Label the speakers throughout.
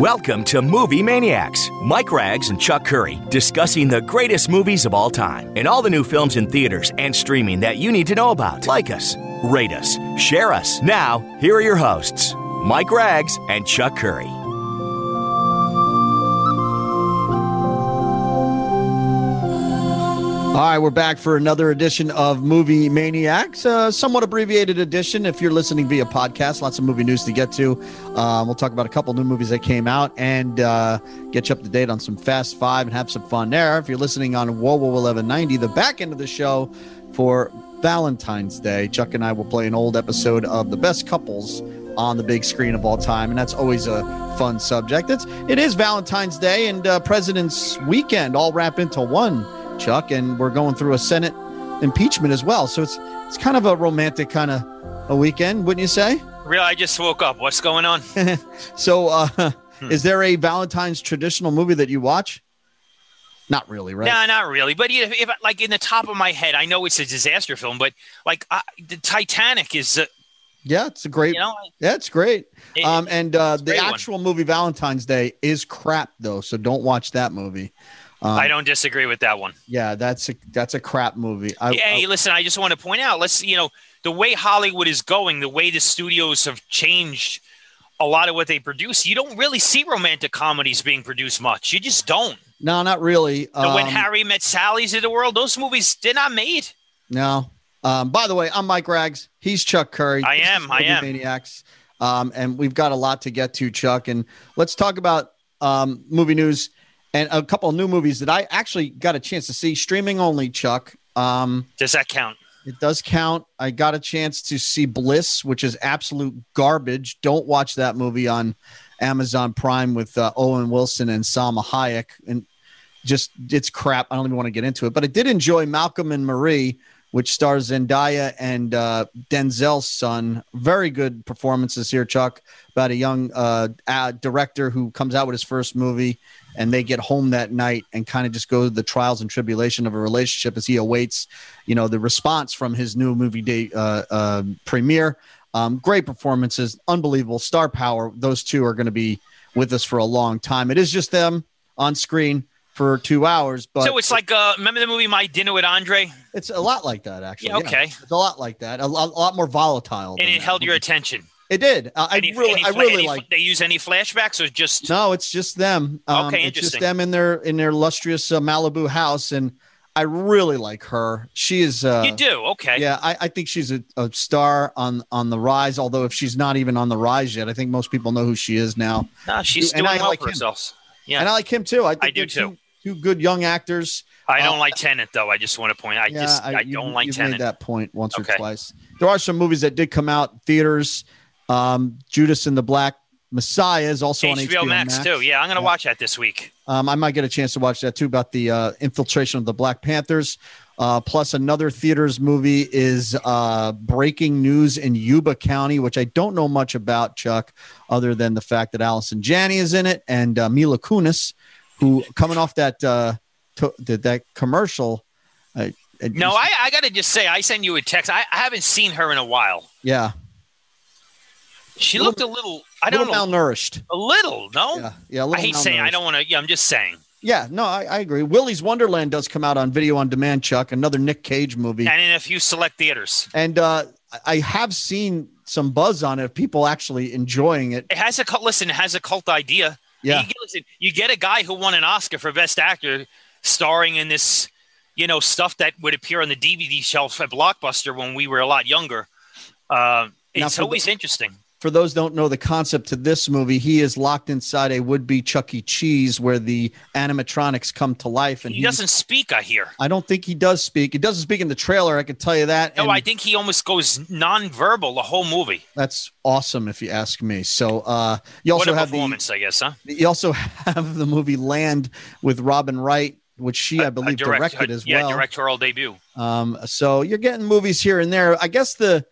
Speaker 1: Welcome to Movie Maniacs. Mike Rags and Chuck Curry discussing the greatest movies of all time and all the new films in theaters and streaming that you need to know about. Like us, rate us, share us. Now, here are your hosts, Mike Rags and Chuck Curry.
Speaker 2: All right, we're back for another edition of Movie Maniacs, a somewhat abbreviated edition. If you're listening via podcast, lots of movie news to get to. Um, we'll talk about a couple new movies that came out and uh, get you up to date on some Fast Five and have some fun there. If you're listening on Whoa Whoa 1190, the back end of the show for Valentine's Day, Chuck and I will play an old episode of the best couples on the big screen of all time, and that's always a fun subject. It's it is Valentine's Day and uh, President's Weekend all wrap into one. Chuck, and we're going through a Senate impeachment as well. So it's it's kind of a romantic kind of a weekend, wouldn't you say?
Speaker 3: Real, I just woke up. What's going on?
Speaker 2: So uh, is there a Valentine's traditional movie that you watch? Not really, right?
Speaker 3: No, not really. But if, if like in the top of my head, I know it's a disaster film, but like I, the Titanic is, uh,
Speaker 2: Yeah, it's a great.
Speaker 3: you know,
Speaker 2: yeah, it's great.
Speaker 3: it-
Speaker 2: Um, and uh,
Speaker 3: a
Speaker 2: the
Speaker 3: great one.
Speaker 2: actual movie Valentine's Day is crap though, so don't watch that movie. Um,
Speaker 3: I don't disagree with that one.
Speaker 2: Yeah, that's a that's a crap movie. I,
Speaker 3: hey,
Speaker 2: I-
Speaker 3: listen, I just want to point out, let's you know, the way Hollywood is going, the way the studios have changed a lot of what they produce, you don't really see romantic comedies being produced much. You just don't.
Speaker 2: no, not really.
Speaker 3: The when
Speaker 2: Um,
Speaker 3: Harry Met Sally's of the world, those movies they're not made.
Speaker 2: No. Um, by the way, I'm Mike Rags. He's Chuck Curry.
Speaker 3: I
Speaker 2: This
Speaker 3: am,
Speaker 2: is
Speaker 3: I
Speaker 2: Movie
Speaker 3: am.
Speaker 2: Maniacs. Um, and we've got a lot to get to, Chuck. And let's talk about um, movie news and a couple of new movies that I actually got a chance to see streaming only, Chuck. Um,
Speaker 3: Does that count?
Speaker 2: it does count. I got a chance to see Bliss, which is absolute garbage. Don't watch that movie on Amazon Prime with uh, Owen Wilson and Salma Hayek. And just, it's crap. I don't even want to get into it. But I did enjoy Malcolm and Marie, which stars Zendaya and uh, Denzel's son. Very good performances here, Chuck, about a young uh, uh, director who comes out with his first movie and they get home that night and kind of just go the trials and tribulation of a relationship as he awaits you know the response from his new movie day uh, uh, premiere. Um, great performances, unbelievable star power. Those two are going to be with us for a long time. It is just them on screen for two hours, but
Speaker 3: so it's like uh, remember the movie My Dinner with Andre,
Speaker 2: it's a lot like that actually.
Speaker 3: Yeah, okay.
Speaker 2: it's a lot like that. A lot, a lot more volatile.
Speaker 3: and
Speaker 2: than
Speaker 3: it
Speaker 2: that.
Speaker 3: held your attention.
Speaker 2: It did. Uh, I
Speaker 3: Any-
Speaker 2: really,
Speaker 3: any
Speaker 2: I
Speaker 3: fla-
Speaker 2: really
Speaker 3: any fla-
Speaker 2: like.
Speaker 3: They use any flashbacks or just
Speaker 2: No, it's just them. Um,
Speaker 3: Okay,
Speaker 2: it's just
Speaker 3: interesting.
Speaker 2: them in their in their lustrous uh, Malibu house, and I really like her. She is. Uh,
Speaker 3: you do? Okay.
Speaker 2: Yeah, I, I think she's a, a star on on the rise. Although if she's not even on the rise yet, I think most people know who she is now.
Speaker 3: No, she's
Speaker 2: And
Speaker 3: doing
Speaker 2: I
Speaker 3: well
Speaker 2: like
Speaker 3: for
Speaker 2: him.
Speaker 3: herself. Yeah.
Speaker 2: And I like him too. I, think
Speaker 3: do
Speaker 2: they're
Speaker 3: too.
Speaker 2: Two, two good young actors.
Speaker 3: I don't
Speaker 2: Uh,
Speaker 3: like Tenant though. I just want to point. I
Speaker 2: Yeah,
Speaker 3: just I,
Speaker 2: you-
Speaker 3: don't like
Speaker 2: you've
Speaker 3: Tenant.
Speaker 2: made that point once or
Speaker 3: Okay.
Speaker 2: twice. There are some movies that did come out in theaters. Um, Judas and the Black Messiah is also on
Speaker 3: HBO, Max, too. Yeah, I'm gonna
Speaker 2: Yeah.
Speaker 3: watch that this week.
Speaker 2: Um, I might get a chance to watch that too about the uh, infiltration of the Black Panthers. Uh, plus, another theaters movie is uh, Breaking News in Yuba County, which I don't know much about, Chuck, other than the fact that Allison Janney is in it and uh, Mila Kunis, who coming off that uh, to, that, that commercial. Uh, it-
Speaker 3: No, I, I gotta just say I send you a text. I, I haven't seen her in a while.
Speaker 2: yeah,
Speaker 3: She
Speaker 2: Little-
Speaker 3: looked a little. I don't know.
Speaker 2: little malnourished.
Speaker 3: a little. No.
Speaker 2: Yeah, yeah. a
Speaker 3: I
Speaker 2: little
Speaker 3: hate saying. I
Speaker 2: malnourished.
Speaker 3: don't want to. Yeah, I'm just saying.
Speaker 2: Yeah, no, I, I agree. Willie's Wonderland does come out on video on demand, Chuck. Another Nick Cage movie.
Speaker 3: And in a few select theaters,
Speaker 2: and uh, I- I have seen some buzz on it. of People actually enjoying it.
Speaker 3: it has a cult. Listen, it has a cult idea.
Speaker 2: Yeah,
Speaker 3: You get, listen, you get a guy who won an Oscar for Best Actor, starring in this, you know, stuff that would appear on the DVD shelf at Blockbuster when we were a lot younger. Uh,
Speaker 2: Now,
Speaker 3: it's
Speaker 2: for the-
Speaker 3: always interesting.
Speaker 2: for those don't know the concept to this movie, he is locked inside a would-be Chuck E. Cheese where the animatronics come to life, and
Speaker 3: He doesn't speak. I hear.
Speaker 2: I don't think he does speak. He doesn't speak in the trailer. I can tell you that.
Speaker 3: No,
Speaker 2: and
Speaker 3: I think he almost goes nonverbal the whole movie.
Speaker 2: that's awesome if you ask me. So uh, you
Speaker 3: What
Speaker 2: also
Speaker 3: a
Speaker 2: have the
Speaker 3: performance, I guess, huh?
Speaker 2: you also have the movie Land with Robin Wright, which she I
Speaker 3: A
Speaker 2: believe
Speaker 3: direct-
Speaker 2: directed
Speaker 3: a-
Speaker 2: as
Speaker 3: Uh, yeah,
Speaker 2: well.
Speaker 3: directorial debut.
Speaker 2: Um, so you're getting movies here and there. I guess the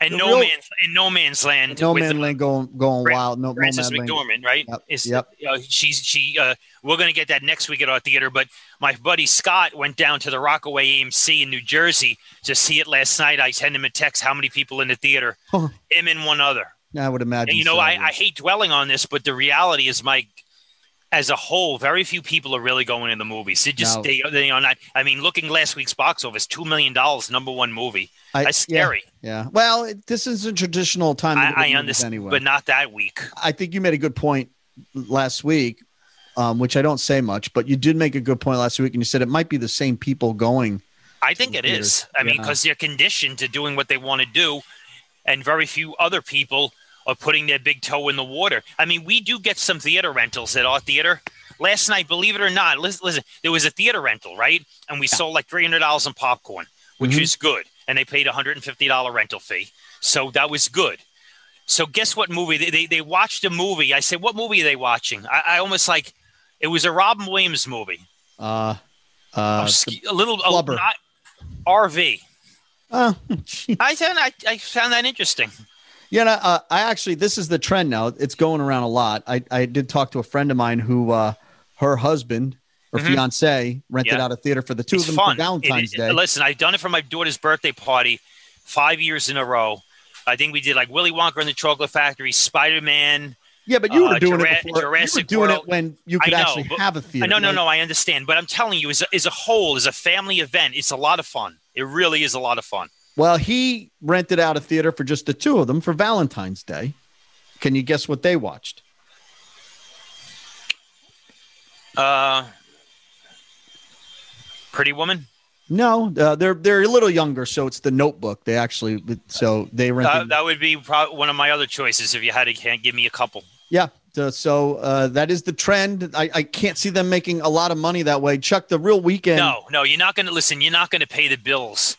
Speaker 3: And
Speaker 2: The
Speaker 3: no
Speaker 2: real-
Speaker 3: man's and no man's land.
Speaker 2: No
Speaker 3: with,
Speaker 2: Man
Speaker 3: uh,
Speaker 2: Land going going
Speaker 3: Fran-
Speaker 2: wild. No, no
Speaker 3: Frances
Speaker 2: Man Land.
Speaker 3: McDormand, right?
Speaker 2: Yep,
Speaker 3: Is
Speaker 2: yep.
Speaker 3: uh, she's she? Uh, we're gonna get that next week at our theater. But my buddy Scott went down to the Rockaway AMC in New Jersey to see it last night. I sent him a text. How many people in the theater?
Speaker 2: Huh.
Speaker 3: Him and one other.
Speaker 2: I would imagine.
Speaker 3: And, you know,
Speaker 2: so,
Speaker 3: I,
Speaker 2: yeah.
Speaker 3: I hate dwelling on this, but the reality is, Mike, as a whole, very few people are really going in the movies. It just
Speaker 2: No.
Speaker 3: they, they are not. I mean, looking last week's box office, two million dollars, number one movie.
Speaker 2: I-
Speaker 3: That's
Speaker 2: yeah,
Speaker 3: scary.
Speaker 2: Yeah. Well, it, this is a traditional time. to look at
Speaker 3: I, I
Speaker 2: movies
Speaker 3: understand,
Speaker 2: Anyway.
Speaker 3: but not that week.
Speaker 2: I think you made a good point last week, um, which I don't say much, but you did make a good point last week, and you said it might be the same people going.
Speaker 3: I think it is.
Speaker 2: Theaters,
Speaker 3: I mean,
Speaker 2: yeah.
Speaker 3: because they're conditioned to doing what they want to do, and very few other people are putting their big toe in the water. I mean, we do get some theater rentals at our theater. Last night, believe it or not, listen, listen there was a theater rental, right? And we sold like three hundred dollars in popcorn, which
Speaker 2: Mhm.
Speaker 3: is good. And they paid a hundred and fifty dollar rental fee, so that was good. So guess what movie they, they they watched a movie. I said, what movie are they watching? I, I almost like it was a Robin Williams movie,
Speaker 2: Uh, uh,
Speaker 3: Obscu- a little a-
Speaker 2: Flubber.
Speaker 3: not- RV.
Speaker 2: oh,
Speaker 3: I found I, I found that interesting.
Speaker 2: Yeah, no, uh, I actually this is the trend now. It's going around a lot. I, I did talk to a friend of mine who uh, her husband or
Speaker 3: Mhm.
Speaker 2: fiance rented
Speaker 3: Yeah.
Speaker 2: out a theater for the two
Speaker 3: It's
Speaker 2: of them
Speaker 3: fun.
Speaker 2: for Valentine's
Speaker 3: It- it-
Speaker 2: Day.
Speaker 3: Listen, I've done it for my daughter's birthday party five years in a row. I think we did like Willy Wonka and the Chocolate Factory, Spider Man.
Speaker 2: yeah, but you
Speaker 3: uh,
Speaker 2: were doing
Speaker 3: Jura-
Speaker 2: it before. you
Speaker 3: Jurassic
Speaker 2: were doing
Speaker 3: World.
Speaker 2: it when you
Speaker 3: I
Speaker 2: could
Speaker 3: know,
Speaker 2: actually
Speaker 3: but-
Speaker 2: have a theater.
Speaker 3: No, no,
Speaker 2: like-
Speaker 3: no, I understand, but I'm telling you, as a, as a whole, as a family event, it's a lot of fun. It really is a lot of fun.
Speaker 2: Well, he rented out a theater for just the two of them for Valentine's Day. Can you guess what they watched?
Speaker 3: Uh, Pretty Woman.
Speaker 2: No, uh, they're they're a little younger, so it's The Notebook. They actually so they rented.
Speaker 3: Uh, that would be prob- one of my other choices if you had to can't give me a couple.
Speaker 2: Yeah. So- So uh, that is the trend. I, I can't see them making a lot of money that way. Chuck, the real weekend,
Speaker 3: No, no, you're not going to listen. You're not going to pay the bills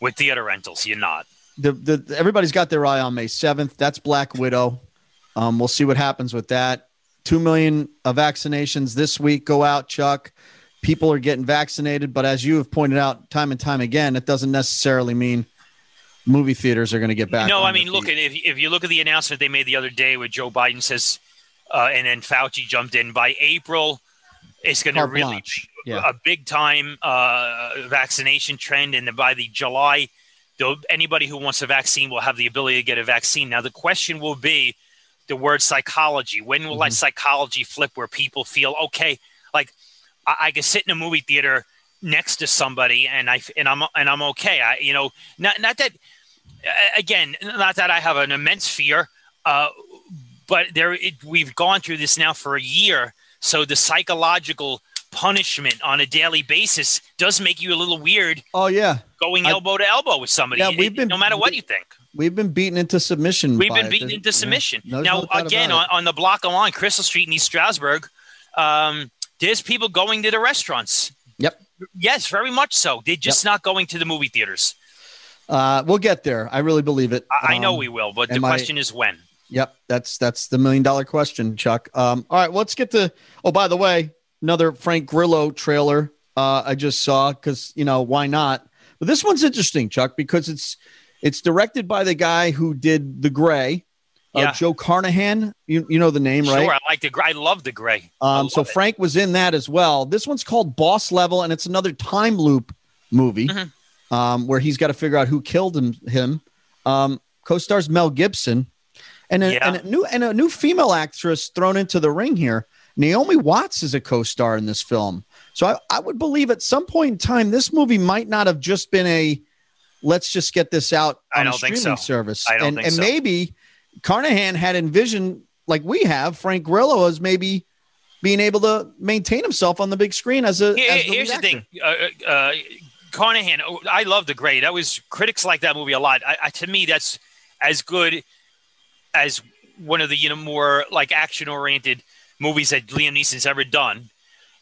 Speaker 3: with theater rentals. You're not.
Speaker 2: the, the everybody's got their eye on May seventh. That's Black Widow. Um, we'll see what happens with that. Two million of vaccinations this week go out, Chuck. People are getting vaccinated, but as you have pointed out time and time again, it doesn't necessarily mean movie theaters are going to get back.
Speaker 3: No,
Speaker 2: on
Speaker 3: I mean,
Speaker 2: their
Speaker 3: look
Speaker 2: feet.
Speaker 3: at if if you look at the announcement they made the other day, where Joe Biden says, uh, and then Fauci jumped in. By April, it's going to
Speaker 2: Carte
Speaker 3: really
Speaker 2: blanche.
Speaker 3: be
Speaker 2: Yeah.
Speaker 3: a big time uh, vaccination trend, and then by the July, though anybody who wants a vaccine will have the ability to get a vaccine. Now, the question will be the word psychology. When will that psychology flip where people feel okay? Like I, I can sit in a movie theater next to somebody, and I f- and I'm and I'm okay. I you know not not that a- again, not that I have an immense fear, uh, but there it, we've gone through this now for a year, so the psychological punishment on a daily basis does make you a little weird
Speaker 2: oh yeah,
Speaker 3: going
Speaker 2: I-
Speaker 3: elbow to elbow with somebody.
Speaker 2: Yeah,
Speaker 3: It-
Speaker 2: we've been-
Speaker 3: no matter what you think.
Speaker 2: we've been beaten into submission.
Speaker 3: We've
Speaker 2: by
Speaker 3: been
Speaker 2: it.
Speaker 3: beaten
Speaker 2: There's-
Speaker 3: into
Speaker 2: yeah.
Speaker 3: submission.
Speaker 2: No
Speaker 3: now,
Speaker 2: doubt about
Speaker 3: again, uh,
Speaker 2: it.
Speaker 3: on, on the block along Crystal Street in East Strasbourg, um, there's people going to the restaurants.
Speaker 2: Yep.
Speaker 3: Yes, very much so. They're just not going to the movie theaters.
Speaker 2: Uh, we'll get there. I really believe it.
Speaker 3: I, I know
Speaker 2: Um,
Speaker 3: we will, but the
Speaker 2: am I-
Speaker 3: question is when.
Speaker 2: Yep, that's that's the million dollar question, Chuck. Um, all right, let's get to. Oh, by the way, another Frank Grillo trailer uh, I just saw because you know why not? But this one's interesting, Chuck, because it's it's directed by the guy who did The Gray, uh,
Speaker 3: Yeah.
Speaker 2: Joe Carnahan. You you know the name, right?
Speaker 3: Sure, I like the gray. I love the gray. I
Speaker 2: Um,
Speaker 3: love
Speaker 2: so
Speaker 3: it.
Speaker 2: Frank was in that as well. This one's called Boss Level, and it's another time loop movie
Speaker 3: Mhm.
Speaker 2: um, where he's got to figure out who killed him. him. Um, co-stars Mel Gibson and a,
Speaker 3: Yeah.
Speaker 2: and a new and a new female actress thrown into the ring here. Naomi Watts is a co-star in this film, so I, I would believe at some point in time this movie might not have just been a let's just get this out
Speaker 3: I
Speaker 2: on a
Speaker 3: don't think
Speaker 2: streaming
Speaker 3: so.
Speaker 2: service.
Speaker 3: I don't
Speaker 2: and
Speaker 3: think
Speaker 2: and
Speaker 3: so.
Speaker 2: maybe Carnahan had envisioned like we have Frank Grillo as maybe being able to maintain himself on the big screen as a.
Speaker 3: Here-
Speaker 2: as lead
Speaker 3: here's the
Speaker 2: actor.
Speaker 3: thing. Uh, uh, Carnahan, oh, I love the gray. That was critics like that movie a lot. I, I, to me, that's as good as one of the you know more like action oriented movies that Liam Neeson's ever done.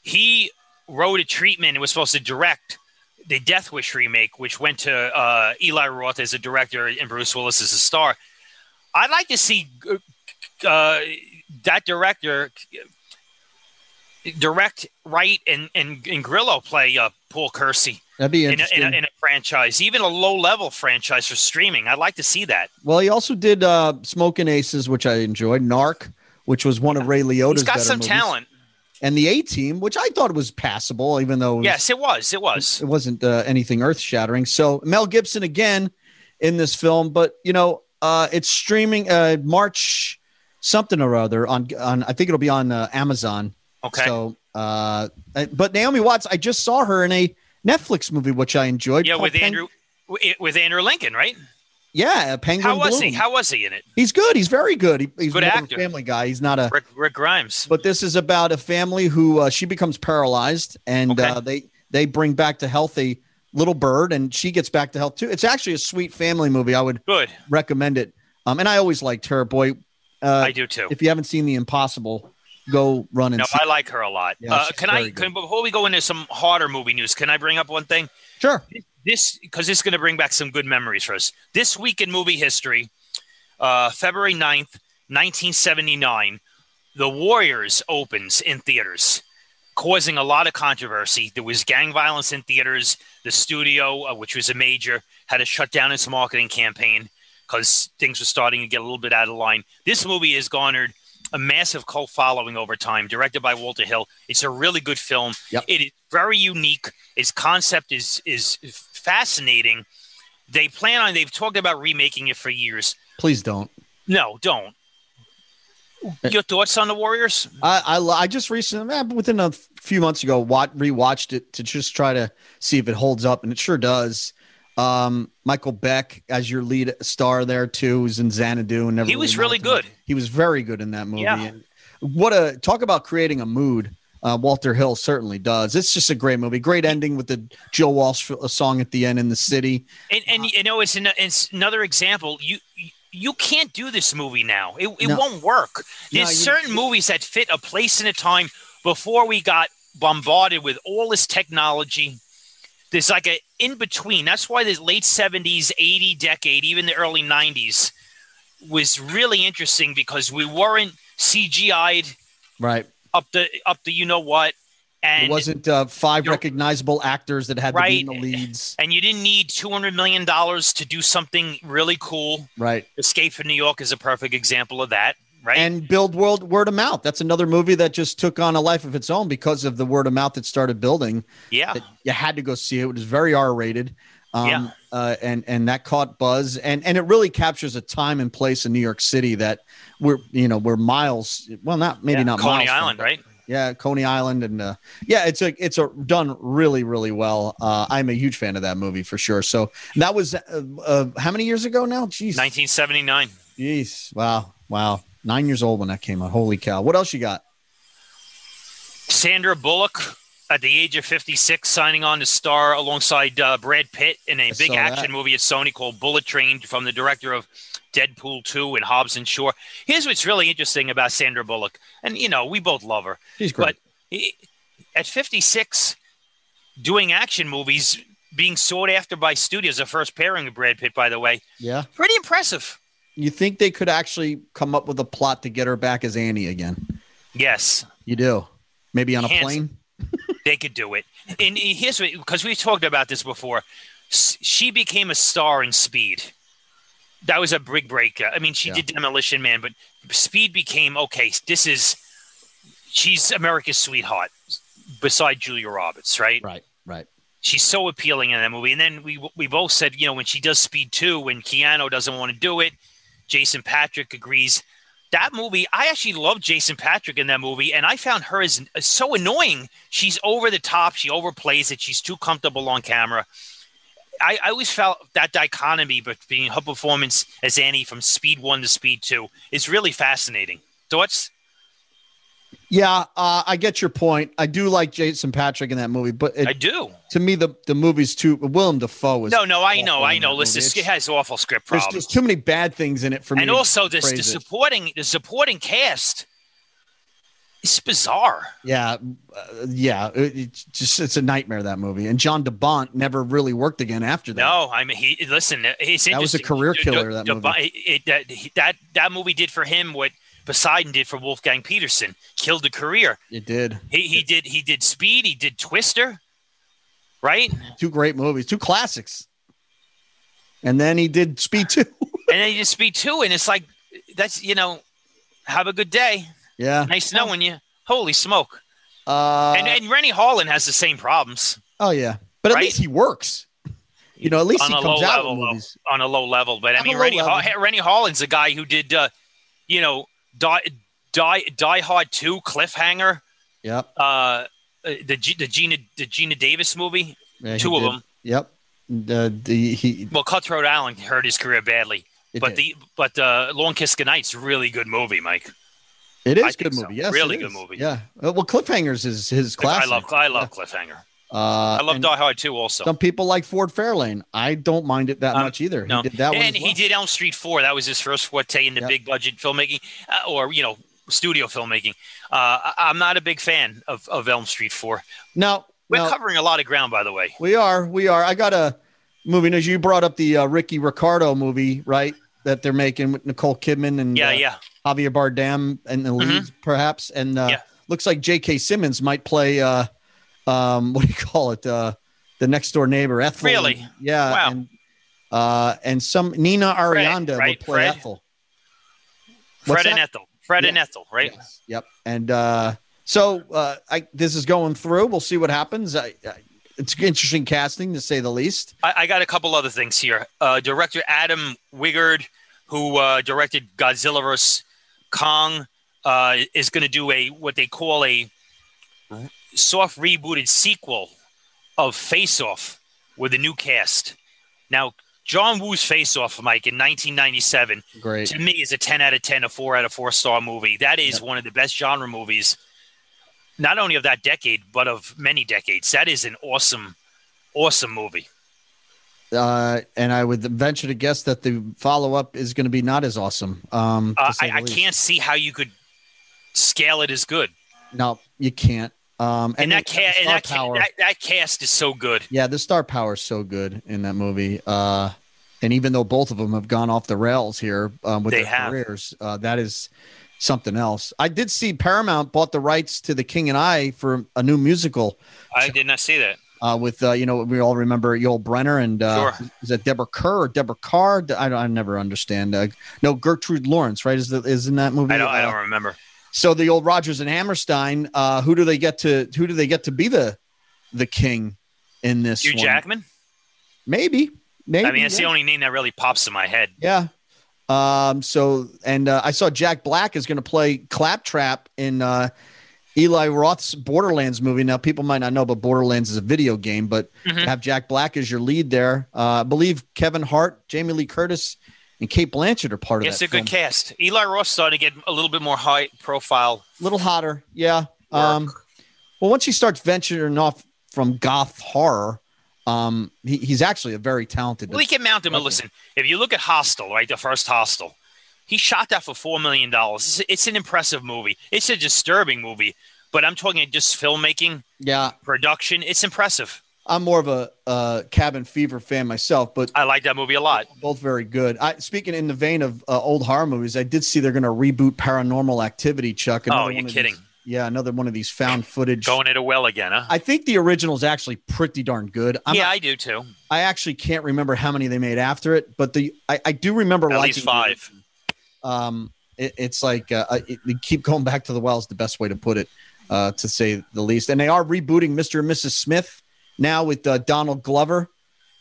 Speaker 3: He wrote a treatment and was supposed to direct the Death Wish remake, which went to uh, Eli Roth as a director and Bruce Willis as a star. I'd like to see uh, that director direct, write, and and, and Grillo play uh, Paul Kersey
Speaker 2: That'd be
Speaker 3: in a,
Speaker 2: interesting.
Speaker 3: in, a, in a franchise, even a low level franchise for streaming. I'd like to see that.
Speaker 2: well, he also did uh, Smoking Aces, which I enjoyed. Narc, which was one of Ray Liotta's.
Speaker 3: He's got
Speaker 2: better
Speaker 3: some
Speaker 2: movies.
Speaker 3: talent.
Speaker 2: And the A Team, which I thought was passable, even though it was
Speaker 3: Yes, it was. It was.
Speaker 2: it wasn't uh, anything earth shattering. So Mel Gibson again in this film, but you know, Uh, it's streaming uh, March something or other on on. I think it'll be on uh, Amazon.
Speaker 3: Okay.
Speaker 2: So, uh, I- but Naomi Watts, I just saw her in a Netflix movie which I enjoyed.
Speaker 3: yeah,
Speaker 2: called
Speaker 3: with
Speaker 2: Pen-
Speaker 3: Andrew wi- with Andrew Lincoln, right?
Speaker 2: yeah, Penguin.
Speaker 3: How was
Speaker 2: Bloom.
Speaker 3: he? How was he in it?
Speaker 2: he's good. He's very good. He, he's
Speaker 3: Good
Speaker 2: more of a
Speaker 3: actor.
Speaker 2: Family guy. He's not a.
Speaker 3: Rick, Rick Grimes.
Speaker 2: But this is about a family who uh, she becomes paralyzed, and
Speaker 3: Okay.
Speaker 2: uh, they they bring back to health a little bird, and she gets back to health too. It's actually a sweet family movie. I would
Speaker 3: Good.
Speaker 2: recommend it. Um, and I always liked her. Boy, uh,
Speaker 3: I do too.
Speaker 2: if you haven't seen The Impossible, go run and
Speaker 3: No,
Speaker 2: see.
Speaker 3: I like her a lot.
Speaker 2: Yeah,
Speaker 3: uh,
Speaker 2: she's
Speaker 3: can
Speaker 2: very
Speaker 3: I?
Speaker 2: good.
Speaker 3: Can, before we go into some harder movie news, can I bring up one thing?
Speaker 2: sure.
Speaker 3: This because this is going to bring back some good memories for us. This week in movie history, uh, February 9th, nineteen seventy nine, The Warriors opens in theaters, causing a lot of controversy. There was gang violence in theaters. The studio, uh, which was a major, had to shut down its marketing campaign because things were starting to get a little bit out of line. This movie has garnered a massive cult following over time, directed by Walter Hill. It's a really good film.
Speaker 2: Yep.
Speaker 3: It is very unique. Its concept is is fascinating. They plan on they've talked about remaking it for years.
Speaker 2: Please don't.
Speaker 3: No, don't. Your thoughts on the Warriors?
Speaker 2: I I, lo- I just recently, eh, within a few months ago, wat rewatched it to just try to see if it holds up, and it sure does. Um, Michael Beck as your lead star there too was in Xanadu and never
Speaker 3: He was really
Speaker 2: amounted to
Speaker 3: good.
Speaker 2: much. He was very good in that movie.
Speaker 3: Yeah.
Speaker 2: And what a talk about creating a mood. Uh, Walter Hill certainly does. It's just a great movie. Great ending with the Joe Walsh f- song at the end in the city.
Speaker 3: And and you know it's, an, it's another example. You you can't do this movie now. It, it
Speaker 2: No.
Speaker 3: won't work.
Speaker 2: No,
Speaker 3: There's
Speaker 2: you-
Speaker 3: certain movies that fit a place and a time before we got bombarded with all this technology. There's like a in between. That's why the late 70s, 80 decade, even the early 90s was really interesting because we weren't CGI'd
Speaker 2: Right.
Speaker 3: up the up the you know what
Speaker 2: It
Speaker 3: and
Speaker 2: wasn't uh, five
Speaker 3: You're-
Speaker 2: recognizable actors that had to be in
Speaker 3: Right.
Speaker 2: the leads.
Speaker 3: and you didn't need 200 million dollars to do something really cool.
Speaker 2: Right.
Speaker 3: Escape from New York is a perfect example of that, right?
Speaker 2: and build world word of mouth. That's another movie that just took on a life of its own because of the word of mouth that started building.
Speaker 3: yeah.
Speaker 2: That you had to go see it. It was very R rated. Um,
Speaker 3: Yeah.
Speaker 2: uh, and and that caught buzz and and it really captures a time and place in New York City that we're you know we're miles well not maybe
Speaker 3: Yeah.
Speaker 2: not miles
Speaker 3: Coney
Speaker 2: from,
Speaker 3: Island,
Speaker 2: but-
Speaker 3: right?
Speaker 2: yeah Coney Island and uh, yeah it's a it's a done really really well uh, I'm a huge fan of that movie for sure so that was uh, uh, how many years ago now jeez
Speaker 3: 1979.
Speaker 2: Jeez. Wow. Wow. Nine years old when that came out. Holy cow. What else you got?
Speaker 3: Sandra Bullock, at the age of 56, signing on to star alongside uh, Brad Pitt in a
Speaker 2: I
Speaker 3: big
Speaker 2: saw
Speaker 3: action
Speaker 2: that.
Speaker 3: movie at Sony called Bullet Train from the director of Deadpool 2 and Hobbs and Shaw. Here's what's really interesting about Sandra Bullock, and you know, we both love her.
Speaker 2: She's great.
Speaker 3: he, at 56 doing action movies being sought after by studios the first pairing of brad pitt by the way
Speaker 2: yeah.
Speaker 3: pretty impressive
Speaker 2: You think they could actually come up with a plot to get her back as Annie again?
Speaker 3: yes
Speaker 2: You do. Maybe on a
Speaker 3: Hands-
Speaker 2: plane?
Speaker 3: they could do it and here's what because we've talked about this before S- she became a star in speed that was a big break i mean she
Speaker 2: Yeah.
Speaker 3: did demolition man but speed became okay this is she's america's sweetheart beside julia roberts right
Speaker 2: Right. Right.
Speaker 3: she's so appealing in that movie. And then we we both said, you know, when she does Speed Two, when Keanu doesn't want to do it, Jason Patrick agrees. That movie, I actually love Jason Patrick in that movie, and I found her as so annoying. She's over the top. She overplays it. She's too comfortable on camera. I, I always felt that dichotomy between her performance as Annie from Speed One to Speed Two is really fascinating. Thoughts?
Speaker 2: Yeah. Uh, I get your point. I do like Jason Patrick in that movie, but
Speaker 3: I
Speaker 2: it,
Speaker 3: do.
Speaker 2: to me, the, the movie's too. Willem Dafoe is.
Speaker 3: No, no, I
Speaker 2: awful
Speaker 3: know, I
Speaker 2: in
Speaker 3: know.
Speaker 2: that
Speaker 3: Listen,
Speaker 2: movie.
Speaker 3: it
Speaker 2: It's-
Speaker 3: has awful script
Speaker 2: there's,
Speaker 3: problems.
Speaker 2: there's too many bad things in it for me.
Speaker 3: and
Speaker 2: to
Speaker 3: also this the
Speaker 2: praise it.
Speaker 3: supporting the supporting cast it's bizarre
Speaker 2: Yeah, uh, yeah. It, it's just it's a nightmare that movie. And John DeBont never really worked again after that.
Speaker 3: no i mean he listen it's
Speaker 2: That was a
Speaker 3: interesting.
Speaker 2: career
Speaker 3: The-
Speaker 2: killer,
Speaker 3: the-
Speaker 2: that
Speaker 3: the-
Speaker 2: movie.
Speaker 3: it- that, he- that that movie did for him what poseidon did for wolfgang peterson killed a career
Speaker 2: It did.
Speaker 3: he, he did he did speed he did twister right and
Speaker 2: Two great movies, two classics. And then he did Speed 2.
Speaker 3: then he did speed two and it's like that's you know have a good day
Speaker 2: Yeah.
Speaker 3: nice knowing you holy smoke
Speaker 2: Uh,
Speaker 3: and, and rennie Harlan has the same problems
Speaker 2: oh, yeah. But at
Speaker 3: right?
Speaker 2: least he works. You know, at least
Speaker 3: On
Speaker 2: he
Speaker 3: a
Speaker 2: comes
Speaker 3: low
Speaker 2: out
Speaker 3: level,
Speaker 2: with
Speaker 3: though.
Speaker 2: movies.
Speaker 3: on a low level. But I
Speaker 2: On a
Speaker 3: mean,
Speaker 2: low
Speaker 3: Rennie,
Speaker 2: level.
Speaker 3: ha- Rennie Holland's a guy who did, uh, you know, Die Die Die Hard Two, Cliffhanger,
Speaker 2: Yep.
Speaker 3: uh, uh, the G- the Gina the Gina Davis movie,
Speaker 2: Yeah, he
Speaker 3: two of
Speaker 2: did.
Speaker 3: them.
Speaker 2: Yep. The, the he.
Speaker 3: Well, Cutthroat Island hurt his career badly,
Speaker 2: it
Speaker 3: but
Speaker 2: did.
Speaker 3: the but uh, Long Kiss Goodnight's a really good movie, Mike.
Speaker 2: it is
Speaker 3: I
Speaker 2: a good
Speaker 3: think so.
Speaker 2: movie. Yes,
Speaker 3: Really
Speaker 2: it
Speaker 3: good
Speaker 2: is.
Speaker 3: movie.
Speaker 2: Yeah. Uh, Well, Cliffhangers is his
Speaker 3: Like, I
Speaker 2: classic.
Speaker 3: love I love Cliffhanger.
Speaker 2: Uh,
Speaker 3: I love
Speaker 2: and
Speaker 3: Die Hard Two also.
Speaker 2: Some people like Ford Fairlane. I don't mind it that
Speaker 3: Um,
Speaker 2: much either.
Speaker 3: No.
Speaker 2: He did that one.
Speaker 3: and
Speaker 2: as
Speaker 3: he
Speaker 2: well.
Speaker 3: did Elm Street 4. That was his first forte into
Speaker 2: Yep.
Speaker 3: big budget filmmaking uh, or, you know, studio filmmaking. Uh, I- I'm not a big fan of, of Elm Street 4.
Speaker 2: Now,
Speaker 3: We're
Speaker 2: now-
Speaker 3: covering a lot of ground, by the way.
Speaker 2: We are. We are. I got a movie news. You brought up the uh, Ricky Ricardo movie, right? That they're making with Nicole Kidman and
Speaker 3: Yeah,
Speaker 2: uh,
Speaker 3: yeah.
Speaker 2: Javier Bardem and the leads, perhaps. And uh,
Speaker 3: Yeah.
Speaker 2: looks like J.K. Simmons might play. Uh, um, what do you call it? Uh, the next door neighbor, Ethel.
Speaker 3: Really?
Speaker 2: yeah.
Speaker 3: Wow.
Speaker 2: And, uh, and some Nina Arianda
Speaker 3: right?
Speaker 2: will play
Speaker 3: Fred?
Speaker 2: Ethel. What's
Speaker 3: Fred and
Speaker 2: that?
Speaker 3: Ethel. Fred and
Speaker 2: Yeah.
Speaker 3: Ethel, right?
Speaker 2: Yes. Yep. And uh, so uh, I, this is going through. We'll see what happens. I, I, it's interesting casting, to say the least.
Speaker 3: I, I got a couple other things here. Uh, director Adam Wigard, who uh, directed Godzilla vs. Kong, uh, is going to do a what they call a soft rebooted sequel of Face Off with a new cast. Now, John Woo's Face Off, Mike, in 1997,
Speaker 2: Great.
Speaker 3: to me is a 10 out of 10, a 4 out of 4 star movie. That is
Speaker 2: Yeah.
Speaker 3: one of the best genre movies, not only of that decade, but of many decades. That is an awesome, awesome movie.
Speaker 2: uh, and I would venture to guess that the follow up is going to be not as awesome. Um, to
Speaker 3: Uh,
Speaker 2: say
Speaker 3: I,
Speaker 2: the
Speaker 3: I
Speaker 2: least.
Speaker 3: can't see how you could scale it as good.
Speaker 2: No, you can't. Um,
Speaker 3: And, that,
Speaker 2: the-
Speaker 3: ca-
Speaker 2: the
Speaker 3: and
Speaker 2: star
Speaker 3: that, ca-
Speaker 2: power.
Speaker 3: that, that cast is so good.
Speaker 2: yeah, the star power is so good in that movie. Uh, and even though both of them have gone off the rails here um, with
Speaker 3: They
Speaker 2: their
Speaker 3: have.
Speaker 2: careers, uh, that is something else. I did see Paramount bought the rights to The King and I for a new musical
Speaker 3: I did not see that.
Speaker 2: uh, with uh, you know we all remember Joel Brenner and uh,
Speaker 3: Sure.
Speaker 2: is that Deborah Kerr or Deborah Carr? I don't, I never understand. Uh, no, Gertrude Lawrence, right? Is the, is in that movie?
Speaker 3: I don't, I
Speaker 2: Uh,
Speaker 3: don't remember.
Speaker 2: so the old Rogers and Hammerstein, uh, who do they get to? Who do they get to be the the king in this?
Speaker 3: Hugh
Speaker 2: one?
Speaker 3: Jackman?
Speaker 2: maybe, maybe.
Speaker 3: I mean, that's
Speaker 2: yeah.
Speaker 3: the only name that really pops in my head.
Speaker 2: yeah. Um. So, and uh, I saw Jack Black is going to play Claptrap in uh, Eli Roth's Borderlands movie. Now, people might not know, but Borderlands is a video game. But
Speaker 3: Mhm.
Speaker 2: have Jack Black as your lead there. Uh, I believe Kevin Hart, Jamie Lee Curtis, and Kate Blanchett are part of
Speaker 3: It's
Speaker 2: that.
Speaker 3: a good
Speaker 2: film.
Speaker 3: cast. Eli Roth's starting to get a little bit more high profile.
Speaker 2: little hotter. Yeah. Um, well, once he starts venturing off from goth horror, um, he, he's actually a very talented.
Speaker 3: Well, he can mount him. And
Speaker 2: Okay.
Speaker 3: listen, if you look at Hostel, right, the first Hostel, he shot that for $4 million. It's, it's an impressive movie. It's a disturbing movie, but I'm talking just filmmaking,
Speaker 2: yeah,
Speaker 3: production. It's impressive.
Speaker 2: I'm more of a uh, Cabin Fever fan myself, but
Speaker 3: I like that movie a lot.
Speaker 2: both very good. I, speaking in the vein of uh, old horror movies, I did see they're going to reboot Paranormal Activity. Chuck,
Speaker 3: Oh,
Speaker 2: another
Speaker 3: you're
Speaker 2: one of
Speaker 3: kidding.
Speaker 2: these- yeah, another one of these found footage.
Speaker 3: Going it a well again, huh?
Speaker 2: I think the original is actually pretty darn good. I'm
Speaker 3: yeah,
Speaker 2: not-
Speaker 3: I do too.
Speaker 2: I actually can't remember how many they made after it, but the I, I do remember
Speaker 3: At
Speaker 2: liking
Speaker 3: least
Speaker 2: the
Speaker 3: five.
Speaker 2: um, it, it's like uh, I- it, they keep going back to the well is the best way to put it, uh, to say the least. And they are rebooting Mr. and Mrs. Smith now with uh, Donald Glover,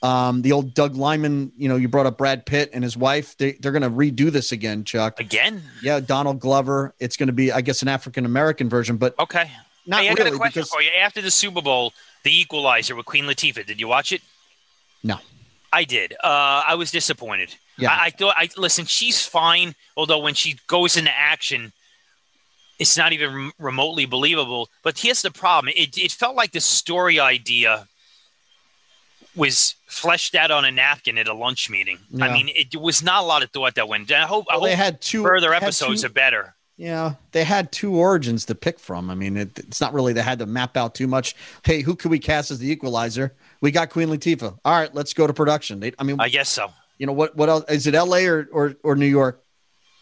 Speaker 2: um, the old Doug Lyman. You know, you brought up Brad Pitt and his wife. They, they're going to redo this again, Chuck.
Speaker 3: Again?
Speaker 2: Yeah, Donald Glover. It's going to be, I guess, an African American version, but
Speaker 3: Okay.
Speaker 2: not
Speaker 3: hey, I got
Speaker 2: really
Speaker 3: a question
Speaker 2: because
Speaker 3: for you. After the Super Bowl, The Equalizer with Queen Latifah, did you watch it?
Speaker 2: No.
Speaker 3: I did. Uh, I was disappointed.
Speaker 2: Yeah.
Speaker 3: I, I thought. I listen. She's fine. Although when she goes into action, it's not even rem- remotely believable. But here's the problem: it, it felt like the story idea was fleshed out on a napkin at a lunch meeting. I
Speaker 2: Yeah.
Speaker 3: mean, it was not a lot of thought that went. down. I hope.
Speaker 2: well,
Speaker 3: I
Speaker 2: they
Speaker 3: hope
Speaker 2: had two
Speaker 3: further
Speaker 2: had
Speaker 3: episodes
Speaker 2: two-
Speaker 3: are better.
Speaker 2: Yeah, they had two origins to pick from. I mean, it, it's not really they had to map out too much. Hey, who could we cast as the equalizer? We got Queen Latifah. All right, let's go to production. They, I mean,
Speaker 3: I guess so.
Speaker 2: you know what? What else is it? L.A. or or, or New York?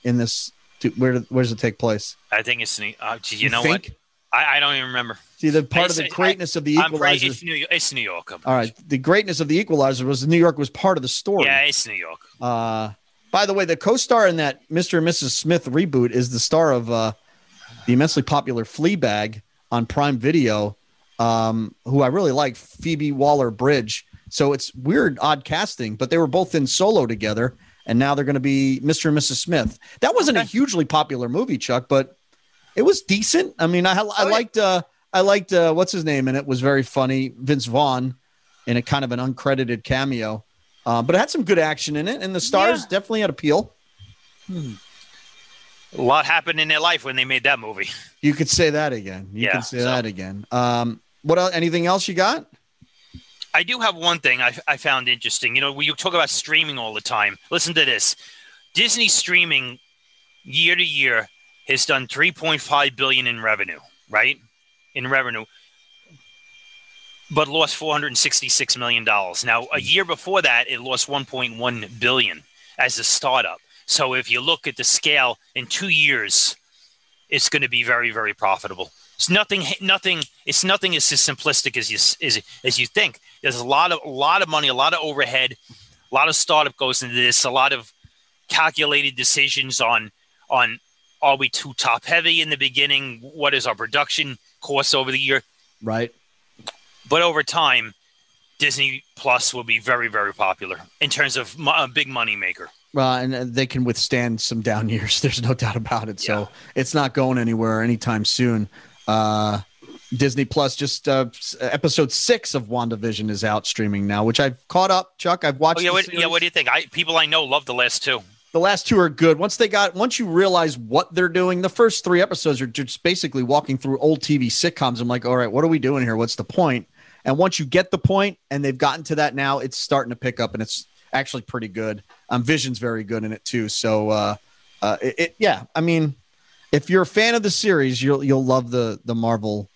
Speaker 2: In this, do- where where does it take place?
Speaker 3: I think it's. New- Uh, gee, you, know what? I, I don't even remember.
Speaker 2: See, the part of
Speaker 3: say-
Speaker 2: the
Speaker 3: I-
Speaker 2: greatness of the
Speaker 3: I'm pretty,
Speaker 2: equalizer.
Speaker 3: it's New York. It's New York. I'm-
Speaker 2: All right, the greatness of the equalizer was New York was part of the story.
Speaker 3: Yeah, it's New York.
Speaker 2: Uh, by the way, the co-star in that Mr. and Mrs. Smith reboot is the star of uh, the immensely popular Fleabag on Prime Video, um, who I really like, Phoebe Waller-Bridge. So it's weird, odd casting, but they were both in solo together, and now they're going to be Mr. and Mrs. Smith. That wasn't a hugely popular movie, Chuck, but it was decent. I mean, I, I
Speaker 3: Oh, yeah.
Speaker 2: liked uh, I liked uh, what's his name, and it was very funny. Vince Vaughn in a kind of an uncredited cameo, uh, but it had some good action in it, and the stars
Speaker 3: Yeah.
Speaker 2: definitely had appeal.
Speaker 3: A lot happened in their life when they made that movie.
Speaker 2: You could say that again. You
Speaker 3: Yeah,
Speaker 2: can say
Speaker 3: so-
Speaker 2: that again. Um, what else? Anything else you got?
Speaker 3: I do have one thing I, I found interesting. You know, we you talk about streaming all the time. Listen to this Disney streaming year to year has done 3.5 billion in revenue, right? In revenue, but lost 466 million dollars. Now,
Speaker 2: Hmm.
Speaker 3: a year before that, it lost 1.1 billion as a startup. So, if you look at the scale in two years, it's going to be very, very profitable. It's nothing, nothing. It's nothing as simplistic as you as, as you think. There's a lot of a lot of money, a lot of overhead, a lot of startup goes into this, a lot of calculated decisions on on are we too top heavy in the beginning? What is our production cost over the year?
Speaker 2: Right.
Speaker 3: But over time, Disney Plus will be very, very popular in terms of mo- a big money maker.
Speaker 2: Well, and uh, they can withstand some down years. There's no doubt about it. So it's not going anywhere anytime soon. Uh, Disney Plus just uh, s- episode six of WandaVision is out streaming now, which I've caught up. Chuck, I've watched.
Speaker 3: Oh, yeah,
Speaker 2: the
Speaker 3: what, yeah.
Speaker 2: series.
Speaker 3: What do you think? I people I know love the last two.
Speaker 2: the last two are good. Once they got, once you realize what they're doing, the first three episodes are just basically walking through old TV sitcoms. I'm like, all right, what are we doing here? What's the point? And once you get the point, and they've gotten to that now, it's starting to pick up, and it's actually pretty good. Um, Vision's very good in it too. So, uh, uh, it, it, yeah, I mean, if you're a fan of the series, you'll you'll love the the Marvel,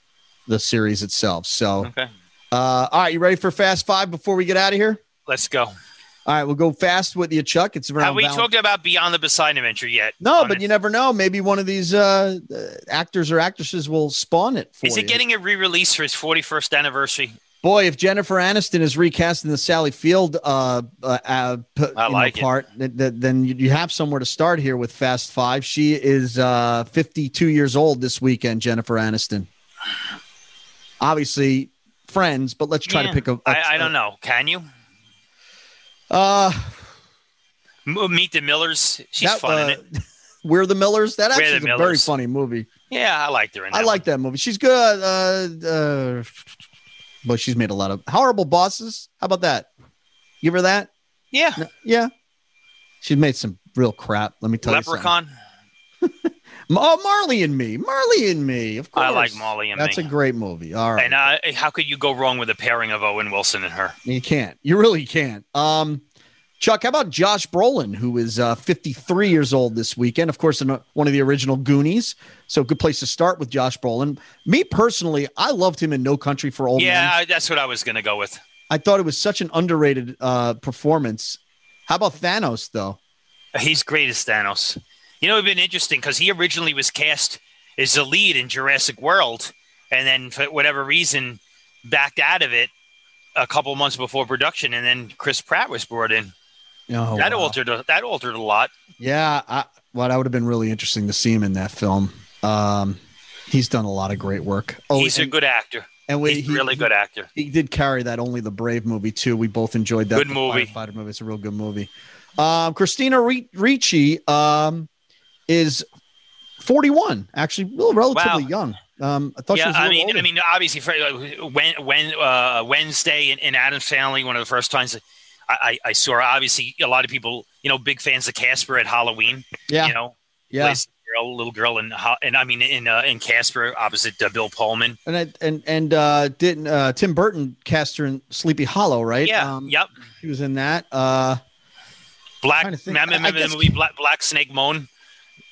Speaker 2: the series itself. So,
Speaker 3: Okay,
Speaker 2: uh, all right, you ready for Fast Five before we get out of here?
Speaker 3: let's go.
Speaker 2: All right, we'll go fast with you, Chuck. It's around.
Speaker 3: Have we
Speaker 2: Valentine's-
Speaker 3: talked about Beyond the Poseidon Adventure yet?
Speaker 2: no,
Speaker 3: On
Speaker 2: but
Speaker 3: it?
Speaker 2: you never know. Maybe one of these uh, uh, actors or actresses will spawn it for
Speaker 3: Is it
Speaker 2: you.
Speaker 3: getting a re-release for its 41st anniversary?
Speaker 2: Boy, if Jennifer Aniston is recasting the Sally Field uh, uh, uh, p-
Speaker 3: I
Speaker 2: you know,
Speaker 3: like it.
Speaker 2: part, th- th- then you- you have somewhere to start here with Fast Five. She is uh, 52 years old this weekend, Jennifer Aniston. Obviously, friends, but let's try
Speaker 3: Yeah.
Speaker 2: to pick a. a-
Speaker 3: I, I don't know. Can you
Speaker 2: Uh,
Speaker 3: M- meet the Millers? She's
Speaker 2: that,
Speaker 3: fun in
Speaker 2: uh,
Speaker 3: it.
Speaker 2: We're the Millers. That
Speaker 3: We're
Speaker 2: actually
Speaker 3: the
Speaker 2: is a very
Speaker 3: Millers.
Speaker 2: funny movie.
Speaker 3: Yeah, I liked her in that.
Speaker 2: I like that movie. She's good. Uh, uh, well, she's made a lot of horrible bosses. How about that? Give her that.
Speaker 3: one. Yeah,
Speaker 2: No- yeah, she's made some real crap. Let me tell
Speaker 3: Leprechaun.
Speaker 2: you. Leprechaun. Oh, Marley and Me. Marley and Me. Of course.
Speaker 3: I like Marley and
Speaker 2: That's
Speaker 3: Me.
Speaker 2: a great movie. All right.
Speaker 3: And uh, how could you go wrong with a pairing of Owen Wilson and her?
Speaker 2: You can't. You really can't. Um, Chuck, how about Josh Brolin, who is uh, 53 years old this weekend? Of course, in uh one of the original Goonies. So, good place to start with Josh Brolin. Me personally, I loved him in No Country for Old Men.
Speaker 3: yeah, I, that's what I was gonna go with.
Speaker 2: I thought it was such an underrated uh, performance. How about Thanos though?
Speaker 3: He's great as Thanos. You know, it'd been interesting because he originally was cast as the lead in Jurassic World, and then for whatever reason, backed out of it a couple months before production, and then Chris Pratt was brought in.
Speaker 2: No,
Speaker 3: that altered that altered a lot.
Speaker 2: Yeah, I, well, that would have been really interesting to see him in that film. Um, he's done a lot of great work. Oh,
Speaker 3: he's
Speaker 2: and,
Speaker 3: a good actor.
Speaker 2: and we-
Speaker 3: he's
Speaker 2: he-
Speaker 3: really
Speaker 2: he-
Speaker 3: good actor.
Speaker 2: He did carry that only the Brave movie too. We both enjoyed that.
Speaker 3: Good
Speaker 2: The
Speaker 3: movie.
Speaker 2: Firefighter movie. It's a real good movie. Um, Christina Ri- Ricci um, is 41. Actually, well, relatively
Speaker 3: Wow.
Speaker 2: young. Um, I thought she
Speaker 3: Yeah,
Speaker 2: was. a
Speaker 3: I
Speaker 2: little
Speaker 3: mean, I
Speaker 2: older.
Speaker 3: mean, obviously, for, uh, when when uh, Wednesday in, in Adam's Family, one of the first times I, I, I saw her. Obviously, a lot of people, you know, big fans of Casper at Halloween.
Speaker 2: yeah,
Speaker 3: You know,
Speaker 2: yeah.
Speaker 3: plays the girl, little girl, in Ho- and I mean in uh, in Casper opposite uh, Bill Pullman.
Speaker 2: And I, and and uh, didn't uh, Tim Burton cast her in Sleepy Hollow, right?
Speaker 3: yeah,
Speaker 2: um,
Speaker 3: yep.
Speaker 2: She was in that. Uh,
Speaker 3: Black.
Speaker 2: trying to think.
Speaker 3: I
Speaker 2: I- I
Speaker 3: remember
Speaker 2: guess-
Speaker 3: the movie Black, Black Snake Moan.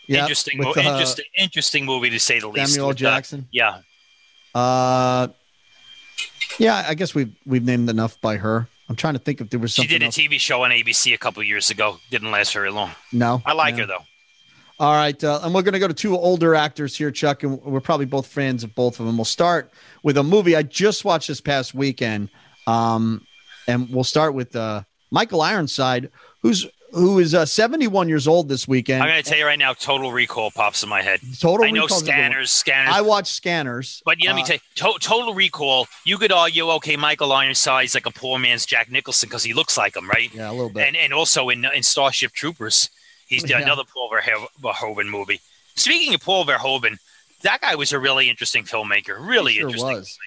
Speaker 2: yeah,
Speaker 3: interesting,
Speaker 2: with,
Speaker 3: mo-
Speaker 2: uh,
Speaker 3: interesting, interesting movie to say the least.
Speaker 2: Samuel L.
Speaker 3: with, uh,
Speaker 2: Jackson.
Speaker 3: yeah,
Speaker 2: Uh, yeah, I guess we've we've named enough by her. I'm trying to think if there was
Speaker 3: she
Speaker 2: something.
Speaker 3: did a
Speaker 2: else.
Speaker 3: TV show on ABC a couple years ago. Didn't last very long.
Speaker 2: no,
Speaker 3: I like
Speaker 2: no.
Speaker 3: her though.
Speaker 2: All right, uh, and we're going to go to two older actors here, Chuck, and we're probably both fans of both of them. We'll start with a movie I just watched this past weekend, um, and we'll start with uh, Michael Ironside, who's who is uh, 71 years old this weekend.
Speaker 3: I'm going to tell you right now, Total Recall pops in my head.
Speaker 2: Total
Speaker 3: I know
Speaker 2: Recall's a good one.
Speaker 3: Scanners, Scanners.
Speaker 2: I watch Scanners.
Speaker 3: but yeah, let me
Speaker 2: Uh,
Speaker 3: tell you, to- Total Recall, you could argue, okay, Michael Ironside's like a poor man's Jack Nicholson because he looks like him, right?
Speaker 2: Yeah, a little bit.
Speaker 3: And and also in in Starship Troopers, he's
Speaker 2: Yeah.
Speaker 3: another Paul Verho- Verhoeven movie. Speaking of Paul Verhoeven, that guy was a really interesting filmmaker. Really
Speaker 2: he sure
Speaker 3: interesting.
Speaker 2: was.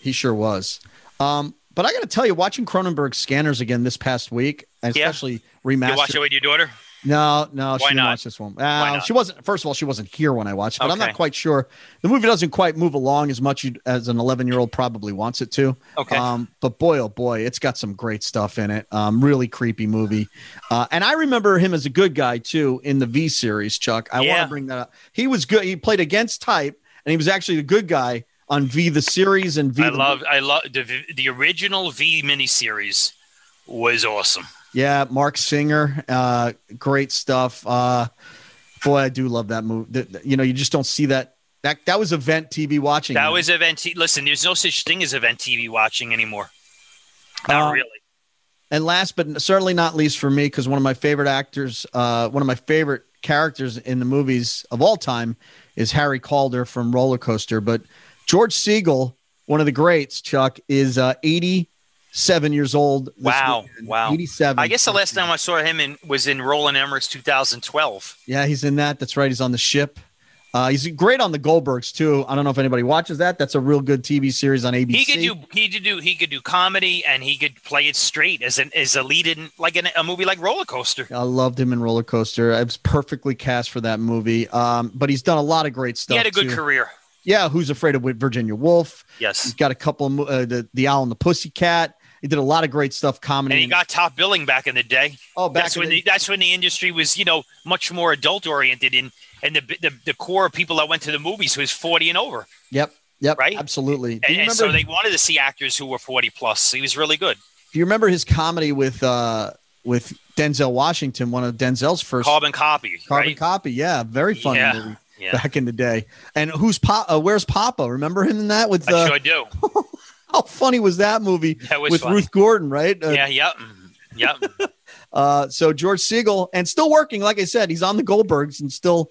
Speaker 2: He sure was. Um, but I got to tell you, watching Cronenberg Scanners again this past week, and
Speaker 3: Yeah.
Speaker 2: especially
Speaker 3: You watch it
Speaker 2: remastered.
Speaker 3: with your daughter?
Speaker 2: No, no, she
Speaker 3: Why
Speaker 2: didn't
Speaker 3: not?
Speaker 2: watch this one. Uh,
Speaker 3: not?
Speaker 2: she wasn't. First of all, she wasn't here when I watched it, but I'm
Speaker 3: Okay.
Speaker 2: not quite sure. The movie doesn't quite move along as much you'd- as an 11 year old probably wants it to.
Speaker 3: Okay.
Speaker 2: Um, but boy, oh boy, it's got some great stuff in it. Um, really creepy movie. Uh, and I remember him as a good guy too in the V series, Chuck. I want
Speaker 3: Yeah.
Speaker 2: to bring that up. He was good. He played against type, and he was actually a good guy on V the series and V.
Speaker 3: I
Speaker 2: the-
Speaker 3: love I love the the original V miniseries was awesome.
Speaker 2: Yeah, Mark Singer. Uh, great stuff. Uh, boy, I do love that movie. Th- th- you know, you just don't see that. That that was event TV watching.
Speaker 3: That was event. T- Listen, there's no such thing as event TV watching anymore. Not
Speaker 2: Um,
Speaker 3: really.
Speaker 2: And last but certainly not least for me, because one of my favorite actors, uh, one of my favorite characters in the movies of all time is Harry Calder from Roller Coaster. But George Siegel, one of the greats, Chuck, is uh, 87 years old. this
Speaker 3: Wow,
Speaker 2: weekend.
Speaker 3: wow.
Speaker 2: 87.
Speaker 3: I guess the last time I saw him in, was in Roland Emmerich's 2012.
Speaker 2: Yeah, he's in that. That's right. He's on the ship. Uh, he's great on the Goldbergs, too. I don't know if anybody watches that. That's a real good TV series on ABC.
Speaker 3: He could do he could do he could do comedy and he could play it straight as an as a lead in like in a movie like Roller Coaster.
Speaker 2: I loved him in Roller Coaster. I was perfectly cast for that movie. Um, but he's done a lot of great stuff.
Speaker 3: He had a good
Speaker 2: too.
Speaker 3: career.
Speaker 2: Yeah, Who's Afraid of Virginia Woolf? He's
Speaker 3: Yes.
Speaker 2: got a couple of mo- uh, the the Owl and the Pussycat. He did a lot of great stuff, comedy.
Speaker 3: And he got top billing back in the day.
Speaker 2: oh back
Speaker 3: that's
Speaker 2: in
Speaker 3: when
Speaker 2: the-
Speaker 3: the, that's when the industry was you know much more adult oriented and and the, the the core of people that went to the movies was 40 and over
Speaker 2: yep yep
Speaker 3: right?
Speaker 2: absolutely. Do
Speaker 3: and,
Speaker 2: you
Speaker 3: and
Speaker 2: remember,
Speaker 3: so they wanted to see actors who were 40 plus he was really good
Speaker 2: do you remember his comedy with uh with Denzel Washington? One of Denzel's first
Speaker 3: carbon copy
Speaker 2: Carbon
Speaker 3: right?
Speaker 2: Copy. Yeah, very funny
Speaker 3: Yeah,
Speaker 2: movie
Speaker 3: yeah.
Speaker 2: back in the day. And who's pa- uh, where's Papa? Remember him in that with the,
Speaker 3: i sure do
Speaker 2: how funny was that movie
Speaker 3: That was
Speaker 2: with
Speaker 3: funny.
Speaker 2: Ruth Gordon, right? Uh,
Speaker 3: yeah yep yep
Speaker 2: Uh, so George Siegel and still working. Like I said, he's on the Goldbergs and still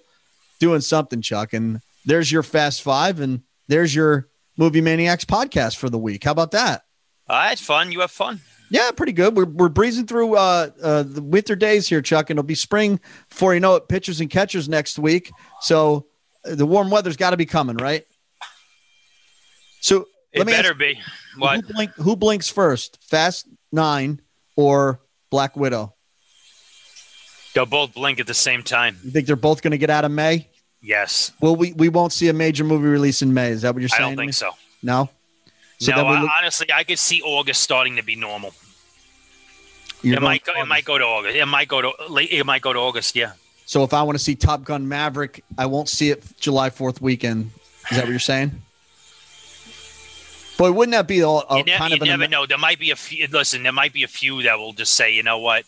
Speaker 2: doing something, Chuck. And there's your Fast Five, and there's your Movie Maniacs podcast for the week. How about that?
Speaker 3: all right fun you have fun
Speaker 2: Yeah, pretty good. We're, we're breezing through uh, uh, the winter days here, Chuck, and it'll be spring before you know it. Pitchers and catchers next week. So uh, the warm weather's got to be coming, right? So
Speaker 3: it
Speaker 2: let me
Speaker 3: better
Speaker 2: ask,
Speaker 3: be what
Speaker 2: Who, blink, who blinks first, Fast Nine or Black Widow?
Speaker 3: they'll both blink at the same time
Speaker 2: You think they're both going to get out of May?
Speaker 3: yes
Speaker 2: Well, we, we won't see a major movie release in May. Is that what you're
Speaker 3: i
Speaker 2: saying?
Speaker 3: don't
Speaker 2: to me?
Speaker 3: think so
Speaker 2: No. So
Speaker 3: no
Speaker 2: then we
Speaker 3: I,
Speaker 2: look-
Speaker 3: honestly i could see august starting to be normal
Speaker 2: you're
Speaker 3: it
Speaker 2: going
Speaker 3: might go, it
Speaker 2: August.
Speaker 3: might go to august it might go to late it might go to august yeah
Speaker 2: So if I want to see Top Gun Maverick, I won't see it July 4th weekend. Is that what you're saying? Boy, wouldn't that be all, a
Speaker 3: you ne-
Speaker 2: Oh, kind
Speaker 3: you
Speaker 2: of an
Speaker 3: never know. There might be a few. Listen, there might be a few that will just say, you know what,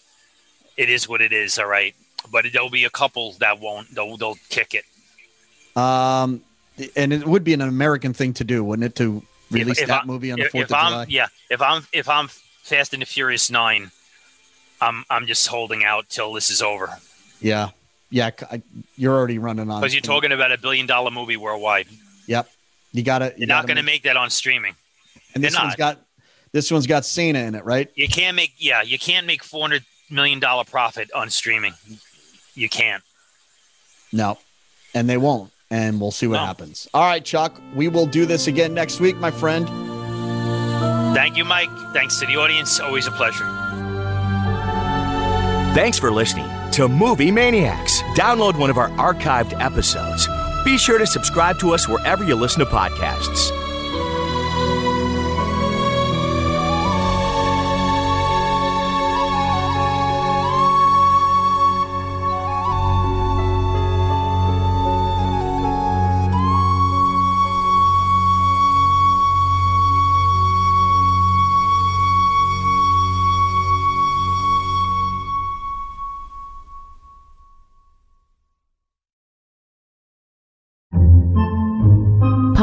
Speaker 3: it is what it is. All right, but there'll be a couple that won't. They'll, they'll kick it.
Speaker 2: um and it would be an American thing to do, wouldn't it, to
Speaker 3: If-
Speaker 2: release
Speaker 3: if
Speaker 2: that
Speaker 3: I-
Speaker 2: movie on the
Speaker 3: if,
Speaker 2: 4th
Speaker 3: if
Speaker 2: of
Speaker 3: I'm,
Speaker 2: July?
Speaker 3: Yeah, if I'm if I'm Fast and the Furious Nine, I'm I'm just holding out till this is over
Speaker 2: Uh, Yeah. Yeah, c- I- you're already running on.
Speaker 3: because you're talking about a billion dollar movie worldwide.
Speaker 2: Yep. You got to
Speaker 3: You're not going to make that on streaming.
Speaker 2: And this
Speaker 3: they're
Speaker 2: one's
Speaker 3: not.
Speaker 2: got this one's got Cena in it, right?
Speaker 3: You can't make yeah. You can't make four hundred million dollar profit on streaming. You can't.
Speaker 2: No, and they won't. And we'll see what
Speaker 3: No.
Speaker 2: happens. All right, Chuck, we will do this again next week, my friend.
Speaker 3: Thank you, Mike. Thanks to the audience. Always a pleasure.
Speaker 1: Thanks for listening to Movie Maniacs. Download one of our archived episodes. Be sure to subscribe to us wherever you listen to podcasts.